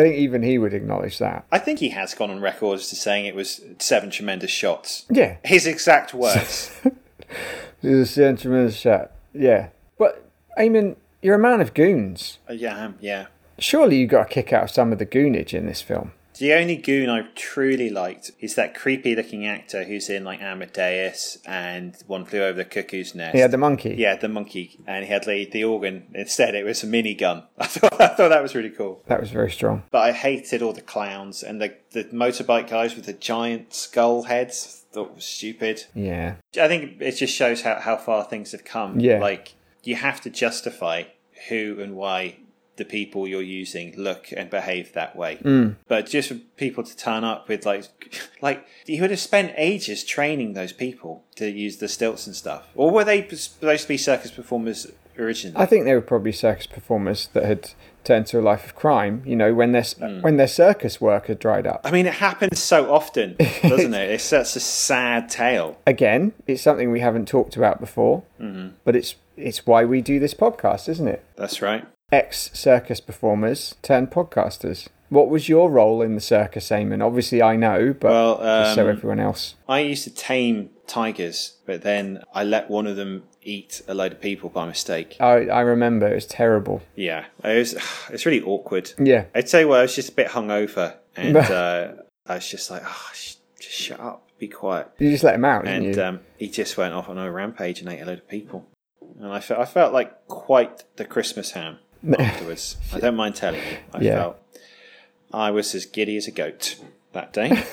Speaker 1: think even he would acknowledge that.
Speaker 2: I think he has gone on record as to saying it was seven tremendous shots.
Speaker 1: Yeah,
Speaker 2: His exact words.
Speaker 1: the sentiment shot. Yeah, but Eamon, you're a man of goons.
Speaker 2: Uh, yeah, um, yeah.
Speaker 1: Surely you got a kick out of some of the goonage in this film.
Speaker 2: The only goon I've truly liked is that creepy-looking actor who's in like Amadeus and One Flew Over the Cuckoo's Nest.
Speaker 1: He had the monkey.
Speaker 2: Yeah, the monkey, and he had the, the organ. Instead, it was a minigun. [laughs] I thought, I thought that was really cool.
Speaker 1: that was very strong.
Speaker 2: But I hated all the clowns and the, the motorbike guys with the giant skull heads. Thought it was stupid.
Speaker 1: Yeah,
Speaker 2: I think it just shows how, how far things have come.
Speaker 1: Yeah.
Speaker 2: Like, you have to justify who and why the people you're using look and behave that way.
Speaker 1: Mm.
Speaker 2: But just for people to turn up with, like, [laughs] like you would have spent ages training those people to use the stilts and stuff. Or were they supposed to be circus performers originally?
Speaker 1: I think they were probably circus performers that had turned to a life of crime. You know, when their
Speaker 2: Mm.
Speaker 1: when their circus work had dried up.
Speaker 2: I mean, it happens so often,
Speaker 1: [laughs]
Speaker 2: doesn't it? It's such a sad tale.
Speaker 1: Again, it's something we haven't talked about before,
Speaker 2: Mm-hmm.
Speaker 1: but it's it's why we do this podcast, isn't it?
Speaker 2: That's right.
Speaker 1: Ex circus performers turned podcasters. What was your role in the circus, Eamon? Obviously, I know, but
Speaker 2: Well,
Speaker 1: just so
Speaker 2: um,
Speaker 1: everyone else.
Speaker 2: I used to tame tigers, but then I let one of them eat a load of people by mistake.
Speaker 1: I, I remember it was terrible.
Speaker 2: Yeah, it was. [sighs] It's really awkward.
Speaker 1: Yeah,
Speaker 2: I'd say, well, I was just a bit hungover, and uh, I was just like, oh, sh- just shut up, be quiet.
Speaker 1: you just let him out, didn't
Speaker 2: And
Speaker 1: you?
Speaker 2: um, he just went off on a rampage and ate a load of people. And I felt, I felt like quite the Christmas
Speaker 1: [laughs]
Speaker 2: ham afterwards. I don't mind telling you. I
Speaker 1: Yeah.
Speaker 2: felt I was as giddy as a goat
Speaker 1: [laughs]
Speaker 2: that day.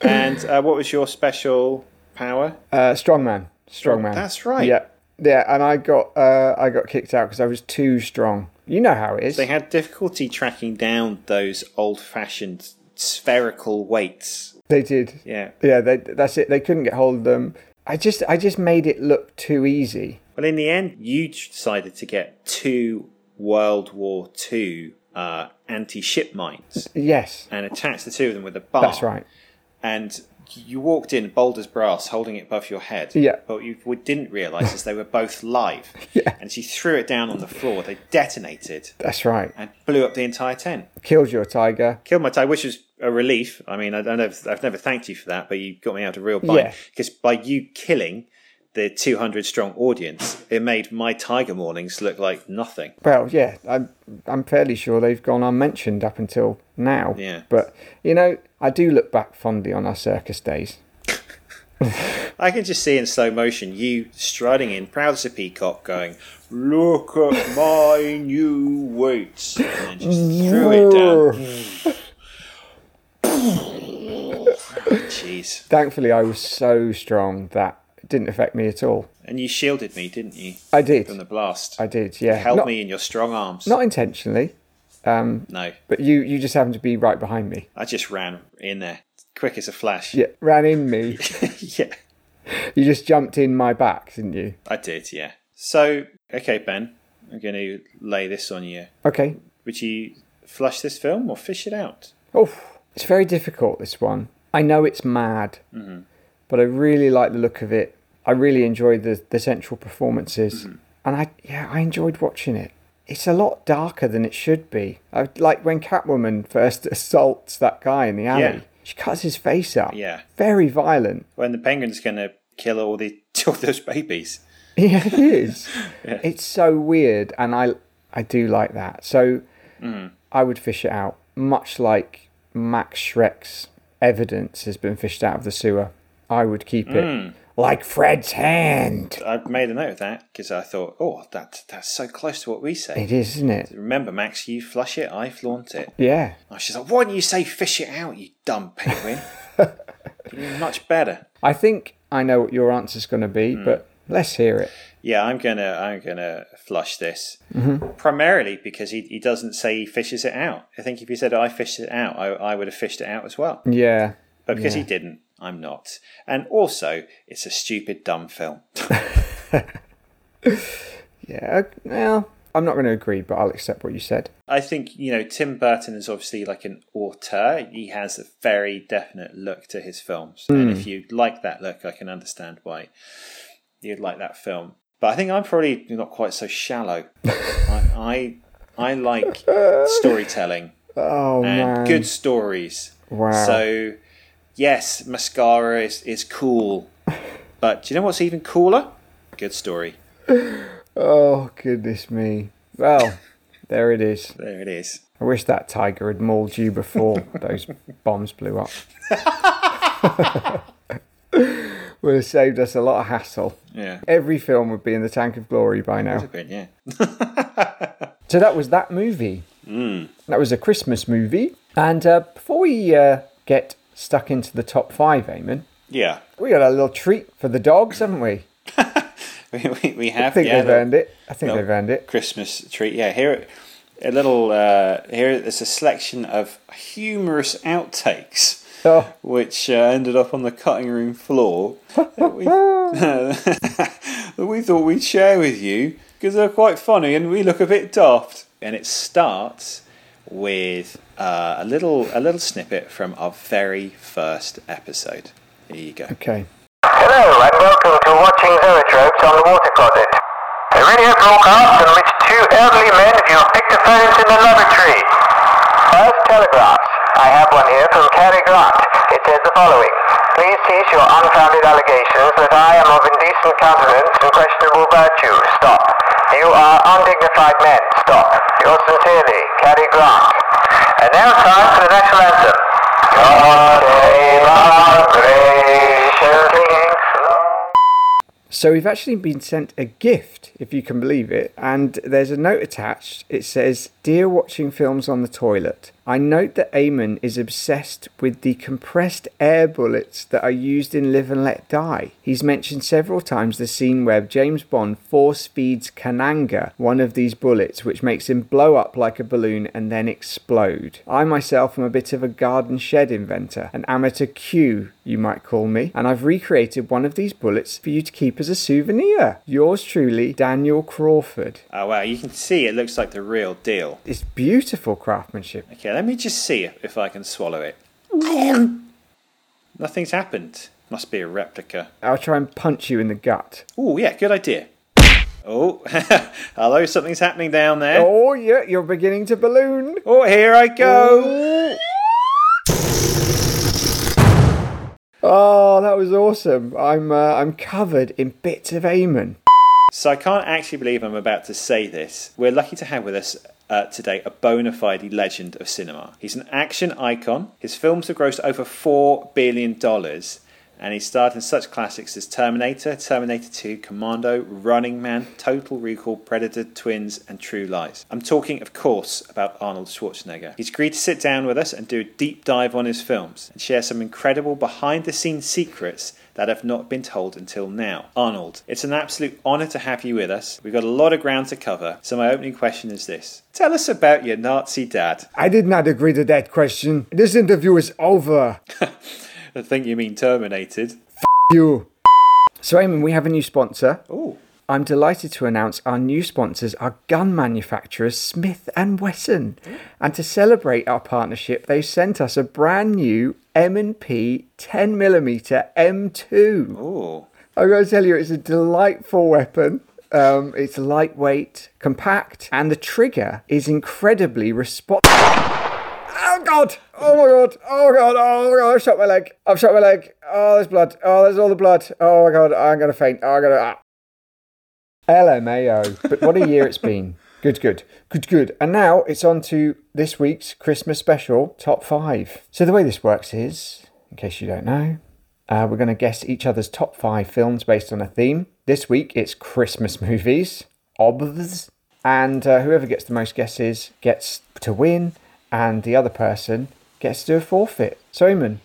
Speaker 2: and uh, what was your special power?
Speaker 1: Uh, strongman, strongman.
Speaker 2: That's right.
Speaker 1: Yeah, yeah. And I got uh, I got kicked out because I was too strong. You know how it is.
Speaker 2: They had difficulty tracking down those old-fashioned spherical weights.
Speaker 1: They did.
Speaker 2: Yeah.
Speaker 1: Yeah, they, that's it. They couldn't get hold of them. I just, I just made it look too easy.
Speaker 2: Well, in the end, you decided to get two World War II uh, anti-ship mines
Speaker 1: Yes,
Speaker 2: and attach the two of them with a bar.
Speaker 1: that's right.
Speaker 2: And you walked in bold as brass, holding it above your head.
Speaker 1: Yeah.
Speaker 2: But you w- didn't realise is they were both live.
Speaker 1: [laughs] Yeah.
Speaker 2: And she threw it down on the floor. They detonated
Speaker 1: That's right.
Speaker 2: and blew up the entire tent.
Speaker 1: Killed your tiger.
Speaker 2: Killed my tie, which was a relief. I mean, I don't know. If, I've never thanked you for that, but you got me out of real bind
Speaker 1: Yeah.
Speaker 2: because by you killing. the 200 strong audience, it made my Tiger Mornings look like nothing.
Speaker 1: Well, yeah, I'm I'm fairly sure they've gone unmentioned up until now.
Speaker 2: Yeah.
Speaker 1: But you know, I do look back fondly on our circus days.
Speaker 2: I can just see in slow motion you striding in, proud as a peacock, going, Look at my new weights. And then just threw it down. Jeez.
Speaker 1: Thankfully, I was so strong that it didn't affect me at all.
Speaker 2: And you shielded me, didn't you?
Speaker 1: I
Speaker 2: From the
Speaker 1: did.
Speaker 2: blast.
Speaker 1: I did. Yeah.
Speaker 2: Held
Speaker 1: not,
Speaker 2: me in your strong arms.
Speaker 1: Not intentionally,
Speaker 2: no.
Speaker 1: but you you just happened to be right behind me.
Speaker 2: I just ran in there, quick as a flash.
Speaker 1: Yeah, ran in me.
Speaker 2: [laughs] yeah.
Speaker 1: you just jumped in my back, didn't you?
Speaker 2: I did, yeah. So, okay, Ben, I'm going to lay this on you.
Speaker 1: Okay.
Speaker 2: Would you flush this film or fish it out?
Speaker 1: Oh, it's very difficult, this one. I know it's mad,
Speaker 2: Mm-hmm.
Speaker 1: but I really like the look of it. I really enjoyed the, the central performances.
Speaker 2: Mm-hmm.
Speaker 1: And I, yeah, I enjoyed watching it. It's a lot darker than it should be. I, like when Catwoman [laughs] first assaults that guy in the alley,
Speaker 2: Yeah.
Speaker 1: she cuts his face up.
Speaker 2: Yeah.
Speaker 1: Very violent.
Speaker 2: When the penguin's going to kill all the [laughs] all those babies.
Speaker 1: Yeah, it is. It's so weird, and I I do like that. So I would fish it out, much like Max Shrek's evidence has been fished out of the sewer. I would keep it like Fred's hand.
Speaker 2: I made a note of that because I thought, oh, that that's so close to what we say.
Speaker 1: It is, isn't it?
Speaker 2: Remember, Max, you flush it, I flaunt it.
Speaker 1: Yeah.
Speaker 2: Oh, she's like, why don't you say fish it out, you dumb penguin? You're much better.
Speaker 1: I think I know what your answer's going to be, but let's hear it.
Speaker 2: Yeah, I'm gonna I'm gonna flush this primarily because he, he doesn't say he fishes it out. I think if he said I fished it out, I, I would have fished it out as well.
Speaker 1: Yeah.
Speaker 2: But because he didn't, I'm not. And also, it's a stupid dumb film.
Speaker 1: Yeah. ok- Well, I'm not going to agree, but I'll accept what you said.
Speaker 2: I think you know Tim Burton is obviously like an auteur. He has a very definite look to his films,
Speaker 1: Hmm.
Speaker 2: and if you like that look, I can understand why you'd like that film. But I think I'm probably not quite so shallow.
Speaker 1: [laughs]
Speaker 2: I, I I like storytelling
Speaker 1: [laughs] Oh,
Speaker 2: and
Speaker 1: man.
Speaker 2: good stories.
Speaker 1: Wow.
Speaker 2: So yes, mascara is
Speaker 1: [laughs]
Speaker 2: is cool, but do you know what's even cooler? Good story.
Speaker 1: Oh, goodness me. Well, there it is.
Speaker 2: There it is.
Speaker 1: I wish that tiger had mauled you before those bombs blew up. [laughs] Would have saved us a lot of hassle.
Speaker 2: Yeah.
Speaker 1: Every film would be in the tank of glory by now.
Speaker 2: Brilliant, Yeah.
Speaker 1: So that was that movie.
Speaker 2: Hmm.
Speaker 1: That was a Christmas movie. And uh, before we uh, get stuck into the top five, Eamon,
Speaker 2: Yeah.
Speaker 1: we got a little treat for the dogs, haven't we?
Speaker 2: [laughs] We, we, we
Speaker 1: I
Speaker 2: have
Speaker 1: think
Speaker 2: yeah,
Speaker 1: they've
Speaker 2: the-
Speaker 1: earned it. I think
Speaker 2: No.
Speaker 1: they've earned it.
Speaker 2: Christmas treat. Yeah, here a little uh, here is a selection of humorous outtakes
Speaker 1: Oh,
Speaker 2: which uh, ended up on the cutting room floor that we, [laughs] that we thought we'd share with you because they're quite funny and we look a bit daft. And it starts with uh, a little a little snippet from our very first episode. Here you go.
Speaker 1: okay.
Speaker 4: Hello and welcome to watching Zoetropes on the Water Closet. A radio broadcast in which two elderly men view pictophones in the lavatory. First telegraphs. I have one here from Cary Grant. It says the following. Please cease your unfounded allegations that I am of indecent countenance and questionable virtue. Stop. You are undignified men. Stop. Yours sincerely, Cary Grant. And now time for the national anthem. God save our gracious King.
Speaker 1: So we've actually been sent a gift, if you can believe it, and there's a note attached. It says, "Dear watching films on the toilet, I note that Eamon is obsessed with the compressed air bullets that are used in Live and Let Die. He's mentioned several times the scene where James Bond force feeds Kananga one of these bullets, which makes him blow up like a balloon and then explode. I myself am a bit of a garden shed inventor, an amateur Q, you might call me, and I've recreated one of these bullets for you to keep as a souvenir. Yours truly, Daniel Crawford.
Speaker 2: Oh wow, you can see it looks like the real deal.
Speaker 1: It's beautiful craftsmanship.
Speaker 2: Okay, let me just see if- if I can swallow it. Nothing's happened. Must be a replica.
Speaker 1: I'll try and punch you in the gut.
Speaker 2: Oh, yeah, good idea. Oh, [laughs] hello, something's happening down there. Oh,
Speaker 1: Oh, yeah, you're beginning to balloon.
Speaker 2: here I go.
Speaker 1: Oh, that was awesome. I'm uh, I'm covered in bits of Eamon.
Speaker 2: So I can't actually believe I'm about to say this. We're lucky to have with us uh, today a bona fide legend of cinema. He's an action icon. His films have grossed over $4 billion, and he starred in such classics as Terminator, Terminator 2, Commando, Running Man, Total Recall, Predator, Twins, and True Lies. I'm talking, of course, about Arnold Schwarzenegger. He's agreed to sit down with us and do a deep dive on his films and share some incredible behind the scenes secrets that have not been told until now. Arnold, it's an absolute honour to have you with us. We've got a lot of ground to cover, so my opening question is this Tell us about your Nazi dad.
Speaker 1: I did not agree to that question. This interview is over.
Speaker 2: I think you mean terminated.
Speaker 1: you. So Eamon, we have a new sponsor.
Speaker 2: Oh,
Speaker 1: I'm delighted to announce our new sponsors are gun manufacturers Smith and Wesson. And to celebrate our partnership, they sent us a brand new M&P 10mm M2.
Speaker 2: oh.
Speaker 1: I've got to tell you, it's a delightful weapon. Um, it's lightweight, compact, and the trigger is incredibly responsive. Oh god! Oh my god! Oh god! Oh my god! I've shot my leg! I've shot my leg! Oh, there's blood! Oh, there's all the blood! Oh my god! I'm gonna faint! Oh, I'm gonna. Ah. LMAO. But what a year it's been. Good, good, good, good. And now it's on to this week's Christmas special top five. So the way this works is, in case you don't know, uh, we're going to guess each other's top five films based on a theme. This week it's Christmas movies, obvs, and uh, whoever gets the most guesses gets to win, and the other person gets to do a forfeit. So, Eamon,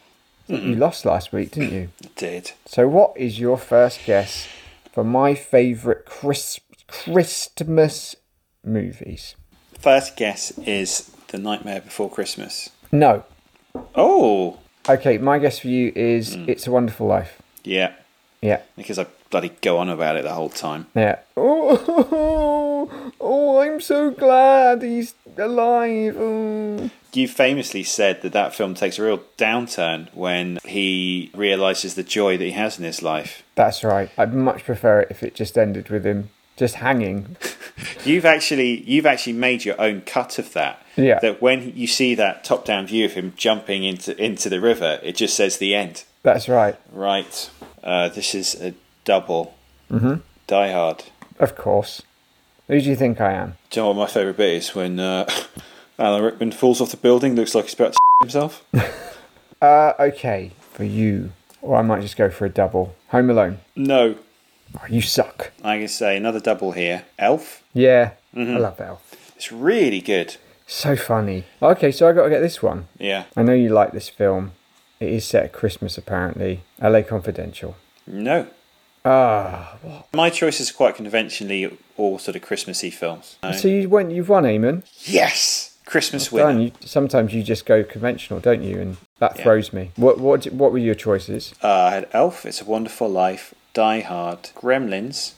Speaker 1: you lost last week, didn't you?
Speaker 2: Did.
Speaker 1: So, what is your first guess for my favourite Chris- Christmas movies?
Speaker 2: First guess is The Nightmare Before Christmas.
Speaker 1: No.
Speaker 2: Oh,
Speaker 1: Okay, my guess for you is It's a Wonderful Life.
Speaker 2: yeah.
Speaker 1: Yeah,
Speaker 2: Because I bloody go on about it the whole time.
Speaker 1: yeah. Oh, [laughs] oh, I'm so glad he's alive. Oh.
Speaker 2: You famously said that that film takes a real downturn when he realizes the joy that he has in his life.
Speaker 1: That's right. I'd much prefer it if it just ended with him just hanging.
Speaker 2: You've actually you've actually made your own cut of that.
Speaker 1: Yeah.
Speaker 2: That when you see that top down view of him jumping into into the river, it just says the end.
Speaker 1: That's right.
Speaker 2: Right. Uh, this is a double. Mm-hmm. Die Hard.
Speaker 1: Of course. Who do you think I am?
Speaker 2: Do you know what my favourite bit is when uh, [laughs] Alan Rickman falls off the building, looks like he's about to [laughs] himself?
Speaker 1: Uh, okay, for you. Or I might just go for a double. Home Alone.
Speaker 2: no.
Speaker 1: Oh, you suck.
Speaker 2: I can say another double here. Elf.
Speaker 1: Yeah, I love Elf.
Speaker 2: It's really good.
Speaker 1: So funny. Okay, so I got to get this one.
Speaker 2: Yeah.
Speaker 1: I know you like this film. It is set at Christmas, apparently. LA Confidential.
Speaker 2: No.
Speaker 1: Ah,
Speaker 2: My choices are quite conventionally all sort of Christmassy films. No.
Speaker 1: so you went. You've won, Eamon.
Speaker 2: Yes! Christmas
Speaker 1: Done.
Speaker 2: winner.
Speaker 1: You, sometimes you just go conventional, don't you? And that throws me. What what d- what were your choices?
Speaker 2: Uh, I had Elf, It's a Wonderful Life, Die Hard, Gremlins,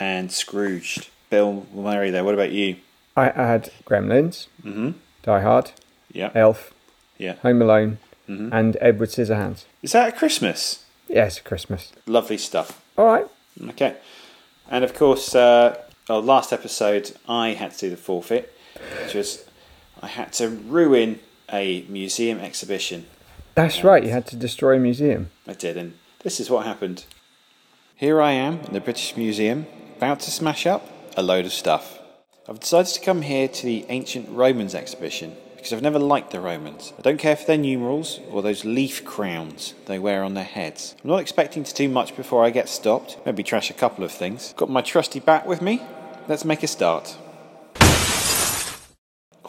Speaker 2: and Scrooged. Bill Murray there. What about you?
Speaker 1: I had Gremlins, mm-hmm. Die Hard,
Speaker 2: Yeah.
Speaker 1: Elf,
Speaker 2: Yeah. Mm-hmm.
Speaker 1: Home Alone, and Edward Scissorhands.
Speaker 2: Is that a Christmas?
Speaker 1: Yes, Christmas.
Speaker 2: Lovely stuff.
Speaker 1: All right.
Speaker 2: Okay. And of course, uh, oh, last episode, I had to do the forfeit, which was I had to ruin a museum exhibition.
Speaker 1: That's right. You had to destroy a museum.
Speaker 2: I did, and this is what happened. Here I am in the British Museum, about to smash up a load of stuff. I've decided to come here to the Ancient Romans exhibition because I've never liked the Romans. I don't care for their numerals or those leaf crowns they wear on their heads. I'm not expecting to do much before I get stopped, maybe trash a couple of things. Got my trusty bat with me? Let's make a start.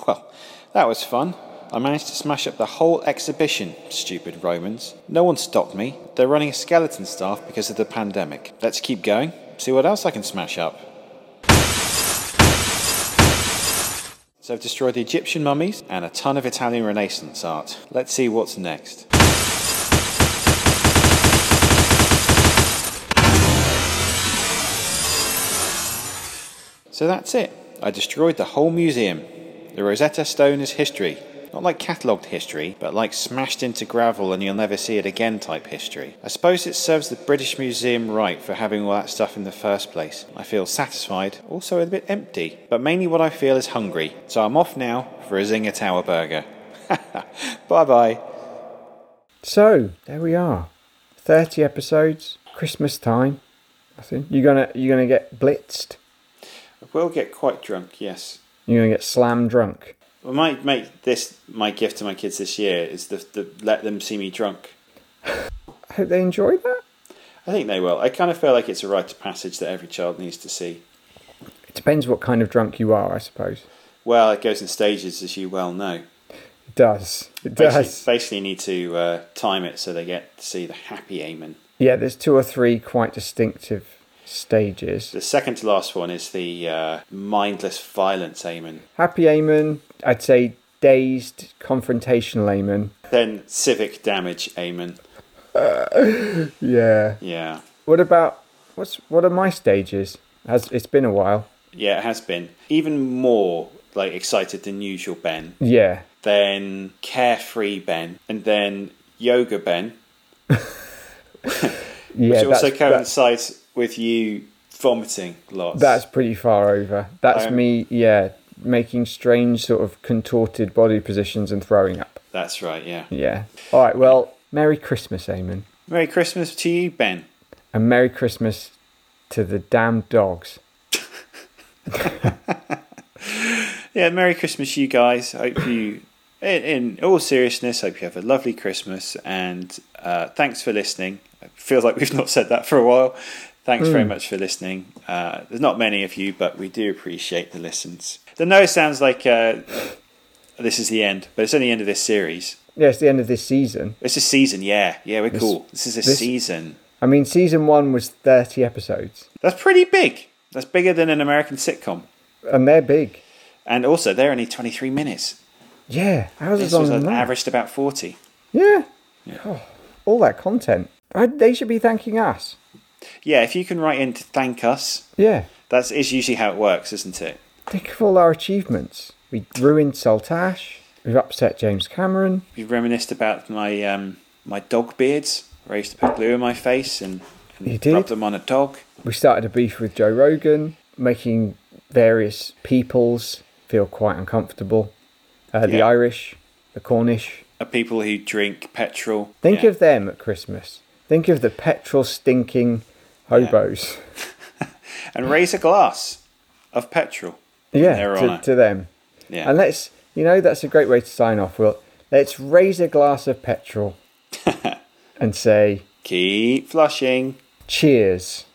Speaker 2: Well, that was fun. I managed to smash up the whole exhibition, stupid Romans. No one stopped me. They're running a skeleton staff because of the pandemic. Let's keep going, see what else I can smash up. So I've destroyed the Egyptian mummies and a ton of Italian Renaissance art. Let's see what's next. So that's it. I destroyed the whole museum. The Rosetta Stone is history. Not like catalogued history, but like smashed into gravel and you'll never see it again type history. I suppose it serves the British Museum right for having all that stuff in the first place. I feel satisfied, also a bit empty, but mainly what I feel is hungry. So I'm off now for a Zinger Tower [laughs] burger. bye bye.
Speaker 1: So there we are. Thirty episodes. Christmas time. I think you're gonna you're gonna get blitzed.
Speaker 2: I will get quite drunk, yes.
Speaker 1: You're gonna get slam drunk.
Speaker 2: I might make this my gift to my kids this year is the, the let them see me drunk.
Speaker 1: I hope they enjoy that.
Speaker 2: I think they will. I kind of feel like it's a rite of passage that every child needs to see.
Speaker 1: It depends what kind of drunk you are, I suppose.
Speaker 2: Well, it goes in stages, as you well know.
Speaker 1: It does. It
Speaker 2: Basically,
Speaker 1: does.
Speaker 2: basically you need to uh, time it so they get to see the happy Amen.
Speaker 1: Yeah, there's two or three quite distinctive stages.
Speaker 2: The second to last one is the uh, mindless violence Amen.
Speaker 1: Happy Amen, I'd say dazed, confrontational Amen.
Speaker 2: Then civic damage Amen.
Speaker 1: Yeah.
Speaker 2: Yeah.
Speaker 1: What about what's what are my stages? Has it's been a while.
Speaker 2: Yeah, it has been. Even more like excited than usual Ben.
Speaker 1: Yeah.
Speaker 2: Then carefree Ben. And then yoga Ben.
Speaker 1: Yeah.
Speaker 2: which also
Speaker 1: that's, that-
Speaker 2: coincides with you vomiting lots.
Speaker 1: that's pretty far over. That's
Speaker 2: Um,
Speaker 1: me, yeah, making strange sort of contorted body positions and throwing up.
Speaker 2: That's right, yeah.
Speaker 1: Yeah. All right, well, Merry Christmas, Amen.
Speaker 2: Merry Christmas to you, Ben.
Speaker 1: And Merry Christmas to the damn dogs.
Speaker 2: Yeah, Merry Christmas, you guys. Hope you, in, in all seriousness, hope you have a lovely Christmas. And uh, thanks for listening. It feels like we've [laughs] not said that for a while. Thanks very much for listening. Uh, there's not many of you, but we do appreciate the listens. The no sounds like uh, this is the end, but it's only the end of this series.
Speaker 1: Yeah, it's the end of this season.
Speaker 2: It's a season, yeah. Yeah, we're cool. This is a
Speaker 1: this-
Speaker 2: season.
Speaker 1: I mean, season one was 30 episodes,
Speaker 2: That's pretty big. That's bigger than an American sitcom.
Speaker 1: and they're big.
Speaker 2: And also, they're only 23 minutes.
Speaker 1: Yeah, ours
Speaker 2: This
Speaker 1: is on
Speaker 2: was
Speaker 1: than that.
Speaker 2: averaged about 40.
Speaker 1: Yeah. Oh, all that content. I, they should be thanking us.
Speaker 2: Yeah, if you can write in to thank us,
Speaker 1: Yeah.
Speaker 2: that is usually how it works, isn't it?
Speaker 1: Think of all our achievements. We ruined Saltash. We've upset James Cameron.
Speaker 2: We reminisced about my um, my dog beards. where I used to put glue in my face and,
Speaker 1: You
Speaker 2: and
Speaker 1: did?
Speaker 2: rub them on a dog.
Speaker 1: We started a beef with Joe Rogan, making various peoples feel quite uncomfortable. Uh, The
Speaker 2: Yeah.
Speaker 1: Irish, the Cornish.
Speaker 2: Uh, people who drink petrol.
Speaker 1: Think
Speaker 2: Yeah.
Speaker 1: of them at Christmas. Think of the petrol stinking hobos.
Speaker 2: and raise a glass of petrol.
Speaker 1: Yeah,
Speaker 2: They're on
Speaker 1: to,
Speaker 2: it.
Speaker 1: to them.
Speaker 2: Yeah.
Speaker 1: And let's, you know, that's a great way to sign off, Will. Let's raise a glass of petrol and say
Speaker 2: Keep flushing.
Speaker 1: cheers.